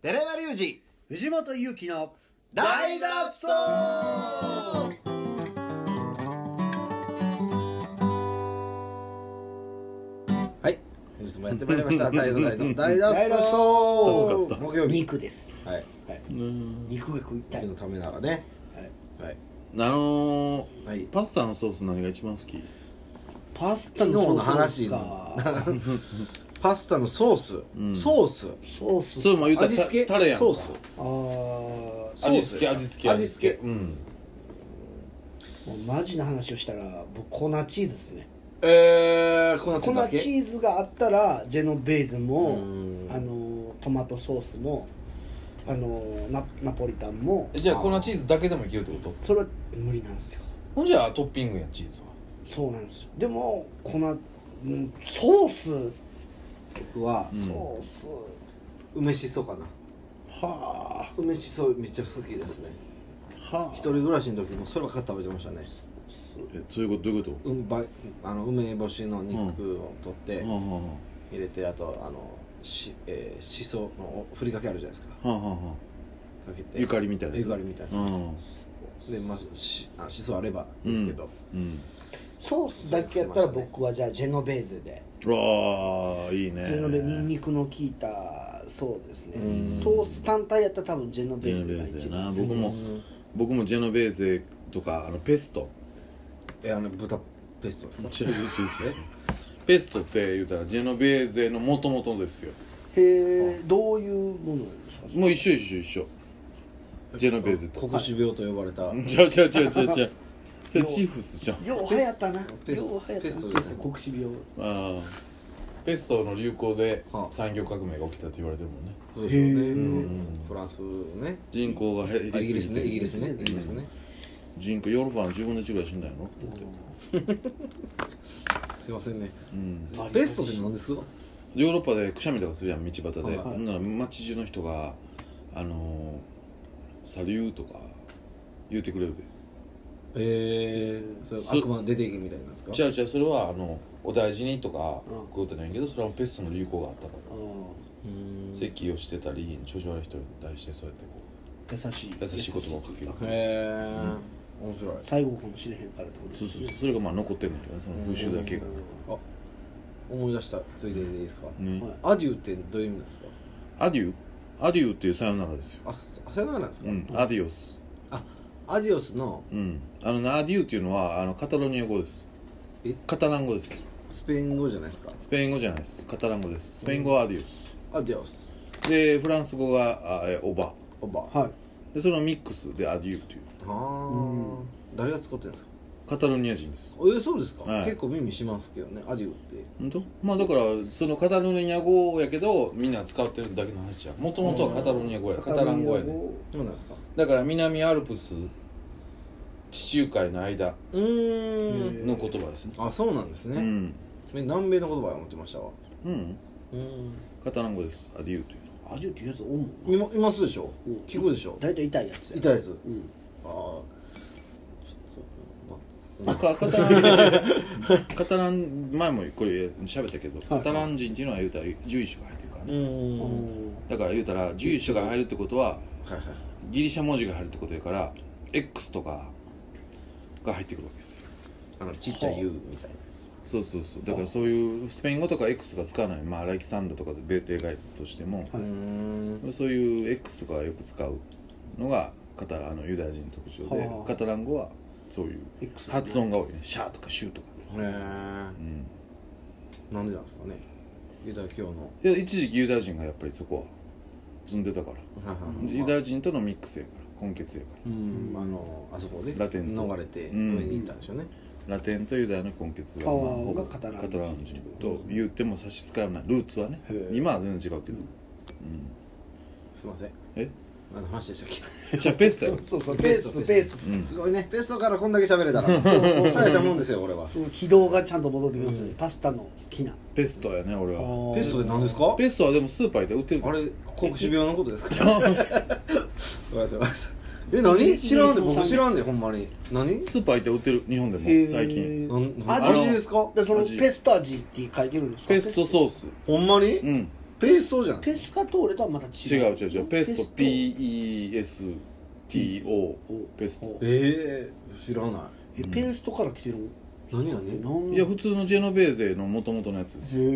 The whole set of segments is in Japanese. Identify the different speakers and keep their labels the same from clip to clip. Speaker 1: 寺山隆二
Speaker 2: 藤本勇樹の
Speaker 1: 大脱走はい本日もやってまいりま した大の大の大脱走
Speaker 3: 大脱走
Speaker 1: 木曜日
Speaker 2: 肉です
Speaker 1: はい
Speaker 2: 肉が食いた
Speaker 1: 二
Speaker 2: い
Speaker 1: 人のためならね
Speaker 2: はい
Speaker 1: はい
Speaker 3: あのー
Speaker 1: はい
Speaker 3: パスタのソース何が一番好き
Speaker 2: パスタ
Speaker 1: 昨日
Speaker 2: のソ
Speaker 1: の
Speaker 2: ー
Speaker 1: 話
Speaker 2: スか
Speaker 1: パスタのソース、
Speaker 3: ん
Speaker 1: ソース
Speaker 2: ソース
Speaker 3: そうも言うたら
Speaker 1: 味付け
Speaker 3: タレやんか
Speaker 1: ソース
Speaker 2: あー
Speaker 3: 味付け味付け
Speaker 1: 味付け
Speaker 3: うん
Speaker 2: もうマジな話をしたら僕粉チーズですね
Speaker 1: えー、粉チー
Speaker 2: 粉
Speaker 1: ズだけ
Speaker 2: チーズがあったらジェノベーズも
Speaker 1: うん
Speaker 2: あのトマトソースもあのナナポリタンも
Speaker 3: えじゃあ粉チーズだけでもいけるってこと
Speaker 2: それは無理なんですよ
Speaker 3: ほんじゃあトッピングやチーズは
Speaker 2: そうなんですよでも粉うんソース
Speaker 1: 僕は、
Speaker 3: うん
Speaker 2: ソース
Speaker 1: 梅しそかな
Speaker 2: は
Speaker 1: 梅しそめっちゃ好きですね
Speaker 2: あはあ
Speaker 1: 一人暮らしの時もそればっかり食べてましたね
Speaker 3: えそういうことどういうこと
Speaker 1: うんばあの梅干しの肉を取って
Speaker 3: はあは
Speaker 1: 入れてあとあのし,、えー、しそのふりかけあるじゃないですか
Speaker 3: あはあはあはあ
Speaker 1: かけて
Speaker 3: ゆかりみたいなや
Speaker 1: ゆ
Speaker 3: つ
Speaker 1: かりみたいな
Speaker 3: うん
Speaker 1: でまあしあしそあればですけど、
Speaker 3: うん
Speaker 2: ソースだけやったら僕はじゃあジェノベーゼで、
Speaker 3: うわあいいね
Speaker 2: ジェノベニンニクの効いたそうですね
Speaker 1: うん
Speaker 2: ソース単体やったら多分ジェノ
Speaker 3: ジ
Speaker 2: ベ
Speaker 3: ェノ
Speaker 2: ー
Speaker 3: ベ
Speaker 2: ゼが
Speaker 3: ーゼ
Speaker 2: 一
Speaker 3: やな
Speaker 2: 番好き
Speaker 3: 僕も僕もジェノベーゼとかあのペス ト
Speaker 1: えあの豚ペーストですか
Speaker 3: 違う違 う違う違うペストって言うたらジェノベーゼの元々ですよ
Speaker 2: へえどういうものなんですか
Speaker 3: もう一緒一緒一緒ジェノベーゼと
Speaker 1: 黒死病と呼ばれた、
Speaker 3: ちゃうちゃうちゃうちゃう ちゃうそれチーフスじゃん
Speaker 2: よう流行ったなよう
Speaker 1: ペ
Speaker 2: 流
Speaker 1: ス
Speaker 2: 行った
Speaker 1: ペ
Speaker 2: なペ
Speaker 1: ス
Speaker 2: ス
Speaker 1: ト
Speaker 2: ト
Speaker 1: ですね
Speaker 2: 国士病
Speaker 3: ああペストの流行で
Speaker 1: はあ
Speaker 3: 産業革命が起きたって言われてるもんね
Speaker 1: そうですよね
Speaker 2: へー
Speaker 1: うんフランスね
Speaker 3: 人口が減
Speaker 1: あイギ
Speaker 3: り
Speaker 1: リ
Speaker 3: す
Speaker 1: ス
Speaker 3: ぎ
Speaker 1: ね
Speaker 3: て
Speaker 1: イギリスねイギリスね、
Speaker 3: 人口ヨーロッパの10分の1ぐらい死んだんやろ
Speaker 1: すいませんね
Speaker 3: うん
Speaker 1: ペーストって何ですか
Speaker 3: ヨーロッパでくしゃみとかするやん道端で、
Speaker 1: はい
Speaker 3: ほんなら街中の人が「あのー、サリュー」とか言うてくれるで
Speaker 1: ええそれ
Speaker 3: そ
Speaker 1: 悪魔の出ていけみたいなんですか
Speaker 3: 違う違うそれはあのお大事にとか
Speaker 2: うん
Speaker 3: 食うてないけどそれはペストの流行があったから
Speaker 2: う
Speaker 1: うーん
Speaker 3: 席をしてたり調子悪い人に対してそうやってこ
Speaker 2: ん優しいう
Speaker 3: 優しい言葉をかけるってい
Speaker 1: へ
Speaker 3: う
Speaker 1: え面白い
Speaker 2: 最後かもしれへんからってこと
Speaker 3: そうそう
Speaker 2: ね
Speaker 3: そうそれがまあ残ってるんだけどねその風習だけが
Speaker 1: あ思い出したついででいいですか、
Speaker 3: ね
Speaker 2: はい
Speaker 1: アデューってどういう意味なんですか
Speaker 3: アデューアデューっていうさよならですよ
Speaker 1: あささよならなんですか、
Speaker 3: うんアディオス
Speaker 1: あアディオスの
Speaker 3: うんあのアデューっていうのはあのカタロニア語です
Speaker 1: え
Speaker 3: カタラン語です
Speaker 1: スペイン語じゃないですか
Speaker 3: スペイン語じゃないですカタラン語ですスペイン語はアデュース
Speaker 1: アディオス
Speaker 3: でフランス語があえオバ
Speaker 1: オバ
Speaker 2: はい
Speaker 3: でそのミックスでアデューっていう
Speaker 1: あー誰が使ってるんですか
Speaker 3: カタロニア人です
Speaker 1: えそうですか、
Speaker 3: はい
Speaker 1: 結構耳しますけどねアデューって
Speaker 3: 本当まあだからそのカタロニア語やけどみんな使ってるだけの話やもともとはカタロニア語やカタラン語やね
Speaker 1: どうなんですか
Speaker 3: だから南アルプス地中海の間
Speaker 1: うーん
Speaker 3: の言葉ですね
Speaker 1: あそうなんです
Speaker 3: う
Speaker 1: ね、
Speaker 3: ん
Speaker 1: え南米の言葉や思ってましたわ
Speaker 3: うん
Speaker 1: うん
Speaker 3: カタラン語ですアデューという
Speaker 2: アジュっていうやつおんも
Speaker 1: い
Speaker 2: ん
Speaker 1: まいますでしょ、
Speaker 2: うん
Speaker 1: 聞くでしょ
Speaker 2: 大体痛いやつや
Speaker 1: 痛いやつ
Speaker 2: うん
Speaker 1: ああちょっと
Speaker 3: カカタラ ンカタラン前もこれ喋ったけどカタラン人っていうのは言うたら住所が入ってるから
Speaker 1: う
Speaker 3: ね
Speaker 1: ん
Speaker 2: う
Speaker 1: うん
Speaker 2: ん
Speaker 3: だから言うたら住所が入るってことは
Speaker 1: はいはい
Speaker 3: ギリシャ文字が入るってことやから X とかが入ってくるわけですよ
Speaker 1: あのちっちゃい U みたいなやつ
Speaker 3: そうそうそうだからそういうスペイン語とか X が使わないまあアレキサンドとかで例外としても、
Speaker 2: はいう
Speaker 1: ーん
Speaker 3: そういう X とかよく使うのがカタあのユダヤ人の特徴で、
Speaker 2: はあ
Speaker 3: カタラン語はそういう
Speaker 2: X
Speaker 3: 発音が多いねシャーとかシューとか、
Speaker 1: へえ
Speaker 3: うん、
Speaker 1: なんでなんですかねユダヤ教の
Speaker 3: いや一時期ユダヤ人がやっぱりそこは住んでたから、ユダヤ人とのミックスやから根血やか
Speaker 1: うんあのあそこで
Speaker 3: ラテンと
Speaker 1: 逃れて上
Speaker 3: うん
Speaker 1: に行ったんでしょうね
Speaker 3: らラテンとユダヤの根血が,、
Speaker 2: あー
Speaker 3: まあ、ほ
Speaker 2: が
Speaker 3: ぼ
Speaker 2: カタラン
Speaker 3: カタラン人と言っても差し支えはないルーツはね
Speaker 2: へえ
Speaker 3: 今は全然違うけど、
Speaker 1: すいません
Speaker 3: うん、
Speaker 1: 何の話でしたっ け
Speaker 3: えじゃあペ ストやろ
Speaker 2: そうそうペースペース
Speaker 3: うん
Speaker 1: すごいねペーストからこんだけ喋れたら大したもんですよ俺は
Speaker 2: その軌道がちゃんと戻ってくるんですよねパスタの好きな
Speaker 3: ペストやね俺は
Speaker 1: ペーストで何ですか
Speaker 3: ペストはでもスーパーで売ってるで
Speaker 1: あれ黒死病のことですかごめんなさいごめんなさいえ
Speaker 2: 一
Speaker 1: 何
Speaker 2: 日
Speaker 1: 知らんで
Speaker 2: 二十三
Speaker 1: 僕知らんでほんまに何
Speaker 3: スーパー行って売ってる日本でも最近
Speaker 1: なん
Speaker 2: 味
Speaker 1: 味ですか
Speaker 2: でその
Speaker 3: 味
Speaker 2: ペスト味って書いてるんですか
Speaker 3: ペストソース
Speaker 1: ほんまに
Speaker 3: うん
Speaker 1: ペーストじゃん
Speaker 2: ペスカトーレとはまた違
Speaker 3: 違
Speaker 2: う
Speaker 3: う違う違うペスト PESTO ペスト
Speaker 1: ええ知らない
Speaker 2: えペーストから来てる
Speaker 1: 何
Speaker 2: の
Speaker 1: 何
Speaker 2: なん
Speaker 3: いや普通のジェノベーゼの元々のやつですよ
Speaker 1: え
Speaker 2: へえ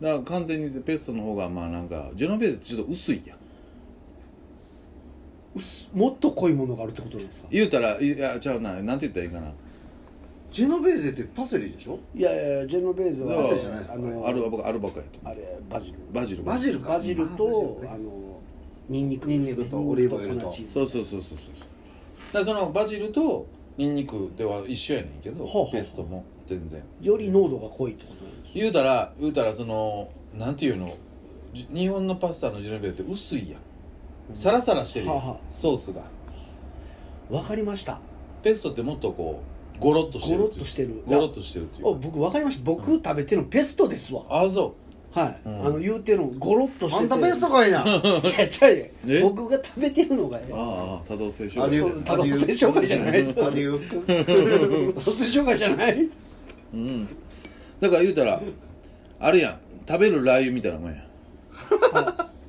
Speaker 1: ー、
Speaker 3: だから完全にペストの方がまあなんかジェノベーゼってちょっと薄いやん
Speaker 2: 薄もっと濃いものがあるってことなんですか
Speaker 3: 言うたらいやちゃうななんて言ったらいいかな
Speaker 1: ジェノベーゼってパセリでしょ
Speaker 2: いやいやジェノベーゼは
Speaker 3: パセリじゃ
Speaker 1: ないですか
Speaker 2: あの
Speaker 3: アルバカアルバカやと
Speaker 2: あれバジル
Speaker 3: バジル
Speaker 1: バジルか
Speaker 2: バジルと
Speaker 1: あ
Speaker 2: あ
Speaker 1: バジルね
Speaker 2: のニンニク
Speaker 1: ニンニクとオリーブオイルと
Speaker 2: 粉チーズ
Speaker 3: そうそうそうそうそうだからそのバジルとニンニクでは一緒やねんけど
Speaker 2: ほうほう
Speaker 3: ペストも全然
Speaker 2: より濃度が濃いってことなんです
Speaker 3: 言うたら言うたらそのなんていうのじ日本のパスタのジェノベーゼって薄いやんサラサラしてるやん
Speaker 2: はあはあ
Speaker 3: ソースが
Speaker 2: わかりました
Speaker 3: ペストってもっとこうゴロッとして
Speaker 2: ゴ
Speaker 3: る
Speaker 2: ロッ
Speaker 3: っいう
Speaker 2: としてる
Speaker 3: ゴロッとしてるっていう
Speaker 2: あ僕わかりました僕食べてるのペストですわ
Speaker 3: あそ
Speaker 2: はい、
Speaker 3: うん
Speaker 2: あの言うてるのゴロッとして
Speaker 1: あ
Speaker 2: て
Speaker 1: んたペーストかいな
Speaker 2: いやちゃう
Speaker 3: え
Speaker 2: や僕が食べてるのがね
Speaker 3: うああ多動性
Speaker 1: ア
Speaker 3: 障
Speaker 1: デ
Speaker 3: 害
Speaker 1: ュ
Speaker 2: そう
Speaker 1: ー
Speaker 2: 多動性障害じゃない
Speaker 1: アデュー
Speaker 2: それ紹介じゃない
Speaker 3: うんだから言うたらあれやん食べるラー油みたいなもんや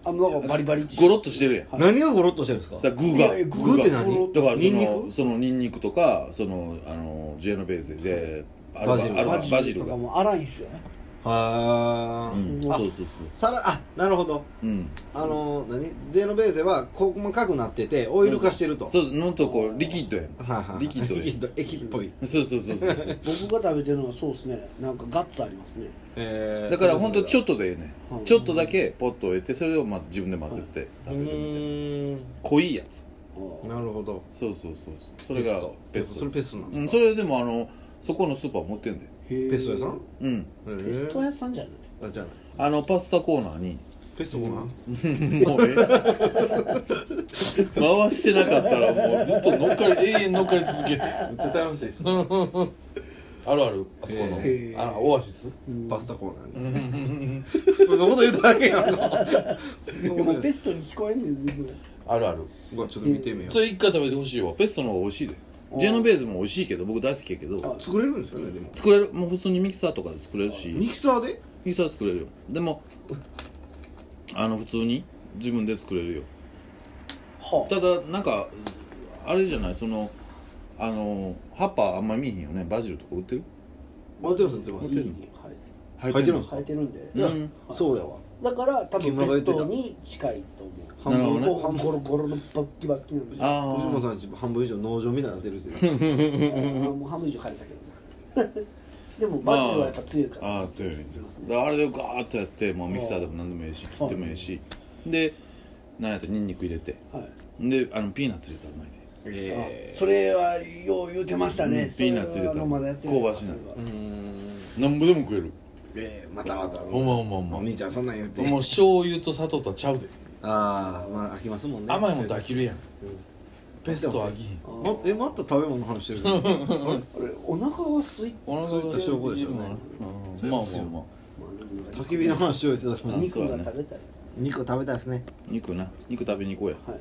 Speaker 2: あのなんかバリバリ
Speaker 3: ゴロッとしてるやん
Speaker 2: はい
Speaker 1: 何がゴロッとしてるんですか
Speaker 3: さ具
Speaker 2: い
Speaker 3: が
Speaker 2: やいや具
Speaker 1: 具って何
Speaker 2: ゴロッ
Speaker 3: だからそ
Speaker 1: ニンニ
Speaker 3: の
Speaker 1: ク
Speaker 3: そのニンニクとかそのあのジェノベーゼでアルバ
Speaker 1: バジル
Speaker 3: アルババ
Speaker 2: バ
Speaker 3: ジ
Speaker 2: ジ
Speaker 3: ル
Speaker 2: ルと
Speaker 3: が
Speaker 2: か
Speaker 3: う
Speaker 2: も粗いんですよね
Speaker 1: はあ、
Speaker 3: ん
Speaker 2: うん
Speaker 3: そうそうそう
Speaker 1: さらあなるほど
Speaker 3: うん
Speaker 1: あのー、何ゼノベーゼは細かくなっててオイル化してると
Speaker 3: そうのとこうリキッドやん
Speaker 1: はいはいはい
Speaker 3: リキッドや
Speaker 1: リキッド液っぽい
Speaker 3: そうそうそうそ うそう
Speaker 2: 僕が食べてるのはそうですねなんかガッツありますね
Speaker 1: えー
Speaker 3: だから本当ちょ
Speaker 1: っ
Speaker 3: っとでええね
Speaker 2: うん
Speaker 3: んちょっとだけポッと置いてそれをまず自分で混ぜて食べるみたいな濃いやつ
Speaker 2: あ
Speaker 1: なるほど
Speaker 3: そうそうそうそうそれがペスト
Speaker 1: それペストなん
Speaker 3: う
Speaker 1: で
Speaker 3: ん
Speaker 1: すか
Speaker 3: それでもあのそこのスーパー持ってんだよ
Speaker 2: ーへー
Speaker 1: ペスト屋さん
Speaker 3: うん
Speaker 2: ペスト
Speaker 1: へ
Speaker 2: 屋さんじゃない
Speaker 1: ーあじゃあ
Speaker 3: あのパスタコーナーに
Speaker 1: ペストもな
Speaker 3: もうええ 回してなかったらもうずっと乗っかり永遠乗っかり続
Speaker 1: め
Speaker 3: けて
Speaker 1: っちゃ楽しいです
Speaker 3: あるあるあそこの、
Speaker 2: へー
Speaker 3: あのオアシス
Speaker 1: パスタコーナーに普通のこと言うただけやんか
Speaker 2: お前ペストに聞こえんねん全部
Speaker 3: あるある
Speaker 1: うわちょっと見てみよ
Speaker 3: それ一回食べてほしいわペストの方が美味しいでジェノベーゼも美味しいけど僕大好きやけど
Speaker 1: う作れるんですよねでも
Speaker 3: 作れるもう普通にミキサーとかで作れるしミ
Speaker 1: ミキサーで
Speaker 3: キサー作れるよでもあの普通に自分で作れるよ
Speaker 2: は
Speaker 3: ただなんかあれじゃないそのあの葉っぱあんまり見えへんよねバジルとか売ってる
Speaker 1: 待ってます
Speaker 2: あ
Speaker 1: 待
Speaker 2: い
Speaker 1: っ
Speaker 2: い
Speaker 1: て
Speaker 2: ね
Speaker 1: る
Speaker 2: はい
Speaker 3: 入
Speaker 1: 入ってるんです
Speaker 2: 生えてるんで
Speaker 3: うん
Speaker 1: そうやわ
Speaker 2: だから多分
Speaker 1: 木村
Speaker 2: ペ
Speaker 1: が言
Speaker 2: ス
Speaker 1: ってた
Speaker 2: トに近いと思う
Speaker 1: 半分
Speaker 3: なるほどね
Speaker 1: 半分
Speaker 2: ゴロゴロのバッキバッキなんであ
Speaker 3: ああ
Speaker 1: 藤本さんち半分以上農場みたいになってるって言ってた
Speaker 2: ーもう半分以上借りたけどでもバジルはやっぱ強いから
Speaker 3: ああ強いねだからあれでガーッとやって、まあ、ミキサーでも何でもいいし切ってもいいしでなんやったらニンニク入れて
Speaker 2: はい
Speaker 3: であのピーナッツ入れたらうまいで
Speaker 1: え
Speaker 2: それはよう言うてましたね、
Speaker 3: うんピーナッツ入れた
Speaker 2: そはまだやって
Speaker 3: 香ばしない
Speaker 1: ーうーん
Speaker 3: なんぼでも食える
Speaker 1: ええまたまた
Speaker 3: ほんまほんまほんま
Speaker 1: お兄ちゃんそんなん言うて
Speaker 3: もう醤油と砂糖とはちゃうで
Speaker 1: ああまあ飽きますもんね
Speaker 3: 甘いもんと飽きるやんペスト飽きへん
Speaker 1: まえまた食べ物の話してるあれ
Speaker 2: あれお腹はすい
Speaker 3: お腹が
Speaker 1: そういった証拠でしょうね
Speaker 3: うんまあまあまあ
Speaker 1: 焚き火の話を言ってたのに
Speaker 2: 肉が食べたい、
Speaker 1: 肉食べたいですね
Speaker 3: 肉な肉食べに行こうや
Speaker 2: はい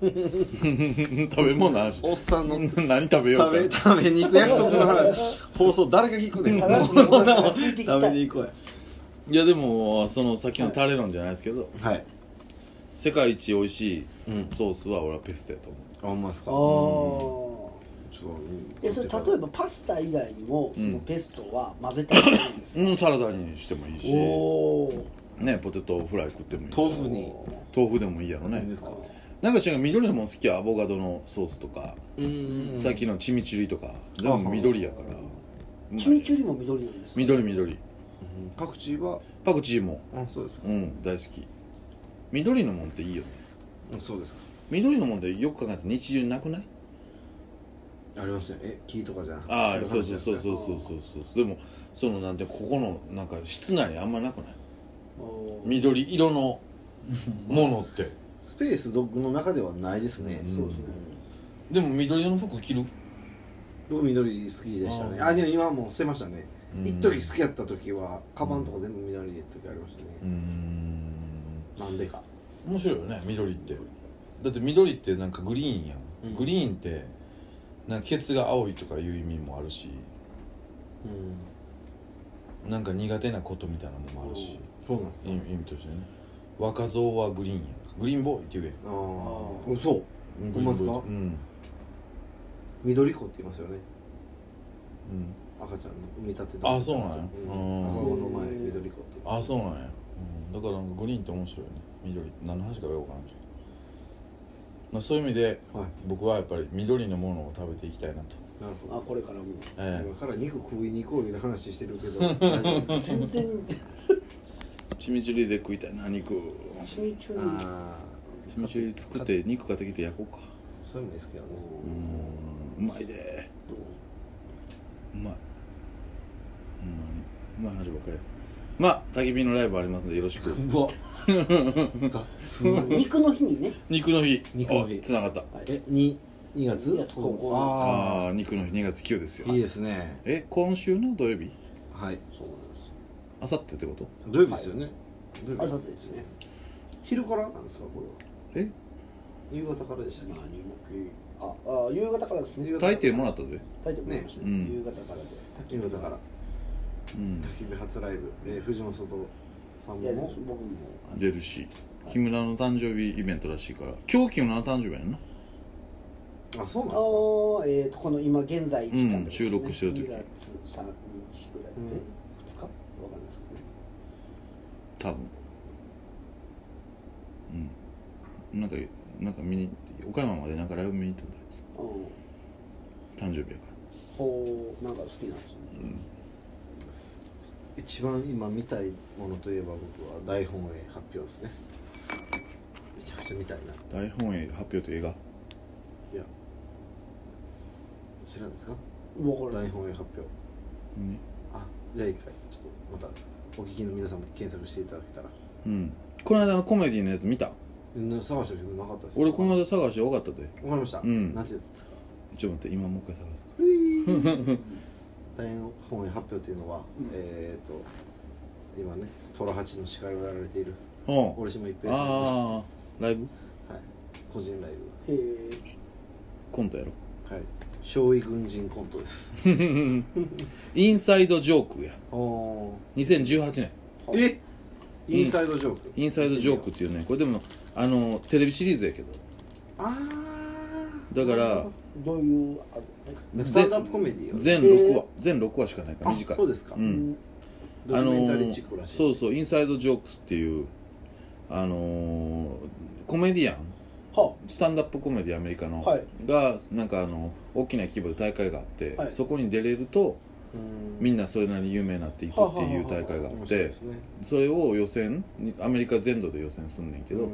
Speaker 3: 食べ物の話
Speaker 1: おっさんの
Speaker 3: 何食べよ
Speaker 1: 食べ
Speaker 3: うか
Speaker 1: 食べに行く約束の話放送誰が聞くねん
Speaker 2: 食べに行こうやついてきた
Speaker 1: 食べに行こうや
Speaker 3: いやでもそのさっきのタレ論じゃないですけど
Speaker 1: はい
Speaker 3: 世界一美味しい
Speaker 1: うん
Speaker 3: ソースは俺はペストやと思う
Speaker 1: あほんまですか
Speaker 2: ああ
Speaker 1: ちょっと
Speaker 2: えそれ例えばパスタ以外にもそのペストは混ぜたりするんですか、
Speaker 3: うん、サラダにしてもいいし、
Speaker 2: おお
Speaker 3: ね、ポテトフライ食ってもいいし
Speaker 1: 豆腐に
Speaker 3: 豆腐でもいいやろね
Speaker 1: いいですか
Speaker 3: なんかしらんけど緑のもん好きはアボカドのソースとか、
Speaker 1: うん
Speaker 3: さっきのチミチュリとか全部緑やからうまい
Speaker 2: チミチュリも緑なんですね
Speaker 3: 緑緑
Speaker 1: パクチーは
Speaker 3: パクチーも
Speaker 1: あそうですか
Speaker 3: うん大好き緑のもんっていいよね
Speaker 1: うんそうですか
Speaker 3: 緑のもんってよく考えて日中なくない
Speaker 1: ありましたよえ木とかじゃなくて
Speaker 3: ああ
Speaker 1: い
Speaker 3: そう
Speaker 1: 話
Speaker 3: そ
Speaker 1: で
Speaker 3: う
Speaker 1: す
Speaker 3: そ
Speaker 1: ね
Speaker 3: うそうそうそうそうでもそのなんてここのなんか室内にあんまなくない
Speaker 2: おー
Speaker 3: 緑色のものって
Speaker 1: スペースドッグの中ではないですね
Speaker 3: うん
Speaker 2: そうですね
Speaker 3: でも緑色の服着る
Speaker 1: 僕緑好きでしたね
Speaker 3: あ
Speaker 1: あでも今はもう捨てましたね
Speaker 3: うん
Speaker 1: 一時好きやった時はカバンとか全部緑で時ありましたね
Speaker 3: うーん
Speaker 1: なんでか
Speaker 3: 面白いよね緑ってだって緑ってなんかグリーンやん、
Speaker 1: うん
Speaker 3: グリーンってなんかケツが青いとかいう意味もあるし
Speaker 1: うん
Speaker 3: なんか苦手なことみたいなのもあるし、
Speaker 1: そうなんです
Speaker 3: 意味意味としてね若造はグリーンやんグリーンボーイって言うやん
Speaker 1: あ
Speaker 2: ー
Speaker 1: あそう
Speaker 3: グリーンボーイって
Speaker 1: ほんまっすか
Speaker 3: うん、
Speaker 1: 緑子って言いますよね
Speaker 3: うん、
Speaker 1: 赤ちゃんの産み立て
Speaker 3: あそうなんや
Speaker 1: うん
Speaker 3: うん
Speaker 1: 赤子の前緑子って
Speaker 3: あそうなんや、うん、だからなんかグリーンって面白いよね緑って何の話かよくわからんけど、まあ、そういう意味で
Speaker 1: はい
Speaker 3: 僕はやっぱり緑のものを食べていきたいなと、
Speaker 1: なるほ
Speaker 2: あ
Speaker 1: ど
Speaker 2: これからも
Speaker 3: ええ
Speaker 1: 今から肉食いに行こういう話してるけ ど大丈夫ですか
Speaker 2: 全然
Speaker 3: チミチュリで食いたいな肉
Speaker 2: チミチュリ
Speaker 1: ああ
Speaker 3: チミチュリ作って肉買ってきて焼こうか
Speaker 1: そういうのですけどね
Speaker 3: うんうまいでうまいほんまにうまい話ばっかりやまあ焚き火のライブありますのでよろ しく
Speaker 1: うわ雑
Speaker 2: 肉の日にね
Speaker 3: 肉の日
Speaker 1: 肉の日
Speaker 3: つながった
Speaker 1: え二二月
Speaker 2: 二月
Speaker 1: ここ
Speaker 3: あ
Speaker 1: あ
Speaker 3: あー肉の日2月9です
Speaker 1: あ
Speaker 3: よ
Speaker 1: いいですね
Speaker 3: え今週の土曜日
Speaker 1: はい
Speaker 2: そうなんです
Speaker 3: あさってってこと
Speaker 1: 土曜日ですよね土曜
Speaker 2: あ
Speaker 1: 日
Speaker 2: さってですね
Speaker 1: 昼からなんですかこれは
Speaker 3: え
Speaker 1: 夕方からでしたっ
Speaker 2: 何
Speaker 1: け
Speaker 2: もきああ夕方からですね
Speaker 1: 夕方
Speaker 3: 大抵もらったで
Speaker 2: タイトルね、
Speaker 3: ねうん
Speaker 2: 夕方からで焚き
Speaker 1: 夕
Speaker 2: 火
Speaker 1: 方から
Speaker 3: うん
Speaker 1: 焚き火初ライブえー藤本さん
Speaker 2: いやで
Speaker 1: も
Speaker 2: も僕もあの
Speaker 3: 出るし木村の誕生日イベントらしいから今日木村の誕生日やんな
Speaker 1: あそうなんですか
Speaker 2: あーえー、とこの今現在時間
Speaker 3: うん収録してる時
Speaker 2: 2月3日ぐらいで、
Speaker 1: うん
Speaker 2: 2日わかんないですけどね
Speaker 3: 多分うんなんかなんか見に岡山までなんかライブ見に行ったんだや
Speaker 2: うん
Speaker 3: つ誕生日やか
Speaker 2: ほうなんか好きなんですよね
Speaker 3: らうん
Speaker 1: 一番今見たいものといえば僕は大本営発表ですねめちゃくちゃ見たいな
Speaker 3: 大本営発表と映画
Speaker 1: いや知らんですか
Speaker 2: もうこれ
Speaker 1: 大本営発表
Speaker 3: うん
Speaker 1: あじゃあ一回ちょっとまたお聞きの皆さんも検索していただけたら
Speaker 3: うんこの間のコメディのやつ見た
Speaker 1: で探したけどなかったです
Speaker 3: 俺この間探してよかったで
Speaker 1: わかりました、
Speaker 3: うん
Speaker 1: 何時ですか
Speaker 3: ちょっと待って今もう一回探すか
Speaker 1: 大本営発表というのは、
Speaker 2: うん
Speaker 1: えっ、と今ね虎八の司会をやられている
Speaker 3: らおう
Speaker 1: 俺島一平さんの、は
Speaker 3: ああライブ
Speaker 1: い、個人ライ
Speaker 2: へえ
Speaker 3: コントやろ
Speaker 1: ブはい少尉軍人コントです
Speaker 3: インサイドジョークや
Speaker 1: お
Speaker 3: 2018年
Speaker 1: えインサイドジョーク
Speaker 3: インサイドジョークっていうねこれでもあのテレビシリーズやけど
Speaker 1: あ
Speaker 3: だから
Speaker 2: どういうあれ
Speaker 1: あスタンダップコメディー
Speaker 3: 全6話全6話しかないから
Speaker 1: あ
Speaker 3: 短い
Speaker 1: そうですか、
Speaker 3: うん
Speaker 1: ドキュメンタリーチックらしい、
Speaker 3: そうそう「インサイドジョークス」っていうあのーコメディアン
Speaker 2: は
Speaker 3: スタンダップコメディアメリカの、
Speaker 2: はい
Speaker 3: がなんかあの大きな規模で大会があって、
Speaker 2: はい
Speaker 3: そこに出れると
Speaker 1: うん
Speaker 3: みんなそれなりに有名になっていくっていう大会があ
Speaker 1: 面白
Speaker 3: っ
Speaker 1: い
Speaker 3: て
Speaker 1: ですね
Speaker 3: それを予選にアメリカ全土で予選すんねんけど、
Speaker 1: うん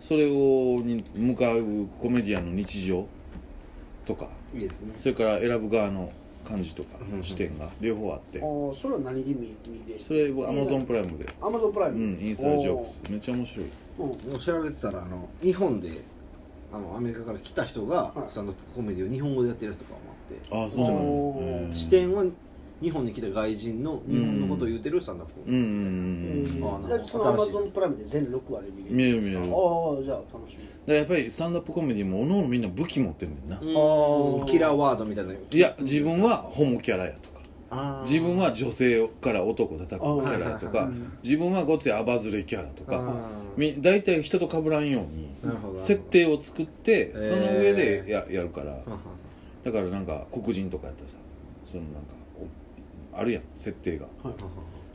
Speaker 3: それをに向かうコメディアンの日常とか
Speaker 1: いいですね
Speaker 3: それから選ぶ側の感じとか
Speaker 1: うんうん
Speaker 3: 視点が両方あって、
Speaker 2: ああそれは何で見れ見れる
Speaker 3: それをアマゾンプライムで、
Speaker 2: アマゾンプライ
Speaker 3: う
Speaker 2: ム
Speaker 3: ん、インサイドジョークスめっちゃ面白い
Speaker 2: おーうん
Speaker 1: もう調べてたらあの日本であのアメリカから来た人が
Speaker 2: はい
Speaker 1: スタンダップコメディを日本語でやってるやつとかもあって
Speaker 3: ああそう
Speaker 2: おー
Speaker 3: なんですね
Speaker 1: 視点は日本に来た外人の日本のことを言ってるスタンダップコメ
Speaker 3: うん
Speaker 1: デ
Speaker 3: う
Speaker 1: ィ、
Speaker 3: んうんうん
Speaker 1: あーな
Speaker 2: じゃ
Speaker 1: るほど
Speaker 2: あそのアマゾンプライムで全6話で見れる
Speaker 3: 見れる見れる
Speaker 2: ああじゃあ楽しみ
Speaker 3: だからやっぱりスタンダップコメディもおのおのみんな武器持ってるねんな、
Speaker 2: ー
Speaker 1: うんキラーワードみたいない
Speaker 3: いや自分はホモキャラやとか
Speaker 1: あー
Speaker 3: 自分は女性から男叩くキャラやと
Speaker 1: あ
Speaker 3: か
Speaker 2: ー
Speaker 3: 自分はごついアバズレキャラと
Speaker 1: あ
Speaker 3: か
Speaker 1: ー
Speaker 3: み大体人と被らんように
Speaker 1: なるほど
Speaker 3: 設定を作って
Speaker 1: えー
Speaker 3: その上でややるか
Speaker 1: は
Speaker 3: ら
Speaker 1: は
Speaker 3: だからなんか黒人とかやったらさそのなんかおあるやん設定が
Speaker 2: はい
Speaker 1: はは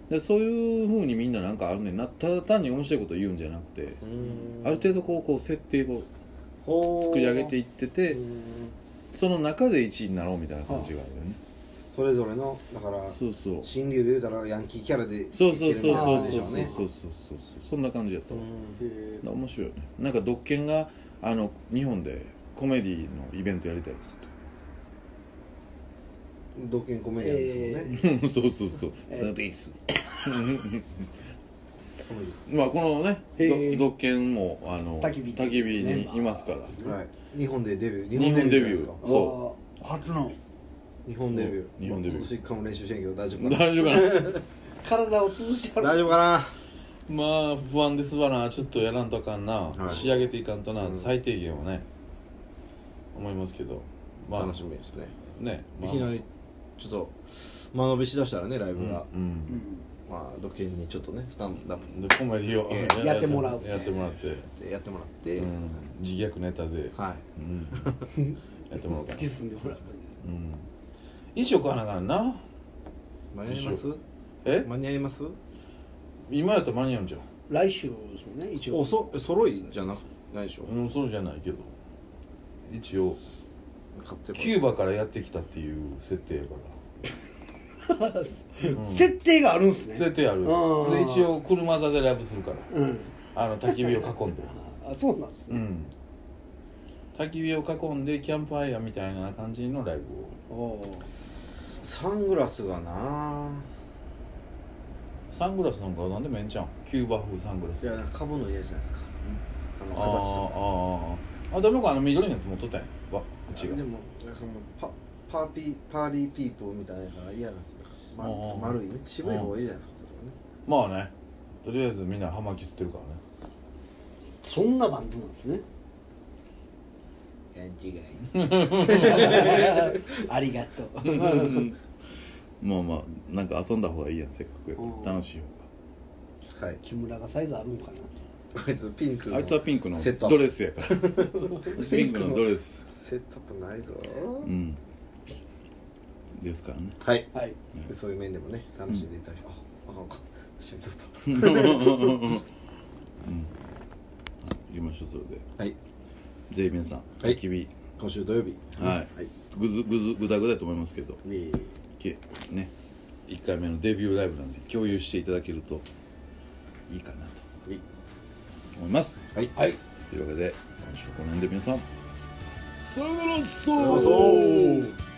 Speaker 3: でそういうふうにみんななんかあるねんなただ単に面白いこと言うんじゃなくて
Speaker 1: うん
Speaker 3: ある程度こうこう設定を
Speaker 1: ほー
Speaker 3: 作り上げていってて
Speaker 1: うん
Speaker 3: その中で1位になろうみたいな感じがあるよね
Speaker 1: それぞれのだから
Speaker 3: そうそう
Speaker 1: 新竜で言うたらヤンキーキャラで
Speaker 3: そうそうそうそ
Speaker 1: いけ
Speaker 3: うそう
Speaker 1: るみたいな感じでしょ
Speaker 3: そううそうそうそうそんな感じやったわ
Speaker 1: ね
Speaker 2: へ
Speaker 3: だ面白いよねなんか独研があの日本でコメディのイベントやりたいです
Speaker 1: うんドキュメンコメディアンですよね、
Speaker 3: ってそうそうそう
Speaker 2: えー
Speaker 3: そうです
Speaker 1: コメディ
Speaker 3: まあこのね
Speaker 2: へー
Speaker 3: ど独研もあの
Speaker 2: 焚き火
Speaker 3: 焚き火にいますから
Speaker 1: はい、日本でデビュー
Speaker 3: 日本デビュー
Speaker 1: じゃないですか
Speaker 3: そう
Speaker 2: 初の
Speaker 1: 日本デビュ
Speaker 3: そう
Speaker 1: ー
Speaker 3: 日本デビュー
Speaker 1: 今年一回も練習してんけど大丈夫か
Speaker 3: 大丈夫かな
Speaker 2: 体を潰しちゃう
Speaker 1: な大丈夫かな
Speaker 3: まあ不安ですわなちょっとやらんとあかんな、
Speaker 1: い
Speaker 3: 仕上げていかんとな、
Speaker 1: うん
Speaker 3: 最低限はね思いますけどまあ
Speaker 1: 楽しみですね
Speaker 3: ね、ま
Speaker 1: い
Speaker 3: あ
Speaker 1: きなりちょっと間延びしだしたらねライ
Speaker 3: うん
Speaker 1: ブが、
Speaker 3: う
Speaker 2: う
Speaker 3: ん
Speaker 2: ん
Speaker 1: まあ土建にちょっとねスタンダッ
Speaker 3: でここまでよ
Speaker 1: え
Speaker 2: えやってもらう
Speaker 3: やってもらって、
Speaker 1: プでやってもらって、
Speaker 3: うん、自虐ネタで、
Speaker 1: はい
Speaker 3: うん、やってもらおうか
Speaker 2: 突き進んでもらう
Speaker 3: うん衣装買わなあかんな
Speaker 1: 間に合います
Speaker 3: え
Speaker 1: 間に合います
Speaker 3: 今やったら間に合うんじゃん
Speaker 2: 来週ですもんね一応
Speaker 1: おそ揃いじゃなくないでしょ、
Speaker 3: うんそうじゃないけど一応
Speaker 1: 買って
Speaker 3: キューバからやってきたっていう設定やから
Speaker 2: 設定があるんですね
Speaker 3: 設定ある
Speaker 2: うん
Speaker 3: で一応車座でライブするから
Speaker 2: うん
Speaker 3: あの焚き火を囲んで
Speaker 2: あそうなんです
Speaker 3: う
Speaker 2: ね、
Speaker 3: ん焚き火を囲んでキャンプファイヤーみたいな感じのライブを
Speaker 2: おー
Speaker 1: サングラスがな
Speaker 3: サングラスなんかなんでもええんちゃうんキューバ風サングラ
Speaker 1: い
Speaker 3: ス
Speaker 1: やかぶの嫌じゃないですか、あの
Speaker 3: あ
Speaker 1: 形とか
Speaker 3: ああああダメかあの緑のやつ持っとったんやわうち
Speaker 1: で
Speaker 3: が
Speaker 1: もなんかもうパパーピーパーリーピーポーみたいなから嫌なんですよ、ま
Speaker 3: あー、
Speaker 1: 丸いね渋い方がいいじゃないですか
Speaker 3: まあねとりあえずみんな葉巻吸ってるからね
Speaker 2: そんなバンドなんですね
Speaker 1: それはね違い
Speaker 2: ありがとう
Speaker 3: まあまあなんか遊んだ方がいいやんせっかくやか
Speaker 2: うん
Speaker 3: ら楽しい
Speaker 1: はい
Speaker 2: 木村がサイズあるのかな
Speaker 1: あいつピンク
Speaker 3: 方
Speaker 1: の
Speaker 3: があいつはピンクの
Speaker 1: セットア
Speaker 3: ド
Speaker 1: ップ
Speaker 3: レス やからピンクのドレス
Speaker 1: セットアップないぞ
Speaker 3: うんですからね
Speaker 1: はい
Speaker 2: とはい
Speaker 1: でそういう面でもね楽しんでいただき、ああかんかしんどった
Speaker 3: 行きましょうそれで
Speaker 1: はい
Speaker 3: ぜひ皆さん
Speaker 1: はい
Speaker 3: 焚き火
Speaker 1: 今週土曜日
Speaker 3: はい
Speaker 1: はい
Speaker 3: ぐずぐずぐだぐだやと思いますけど
Speaker 1: ね
Speaker 3: けね1回目のデビューライブなんで共有していただけるといいかなと
Speaker 1: はい
Speaker 3: 思います
Speaker 1: はい
Speaker 2: はい
Speaker 3: というわけで今週はこの辺で皆さんさよなら
Speaker 1: そう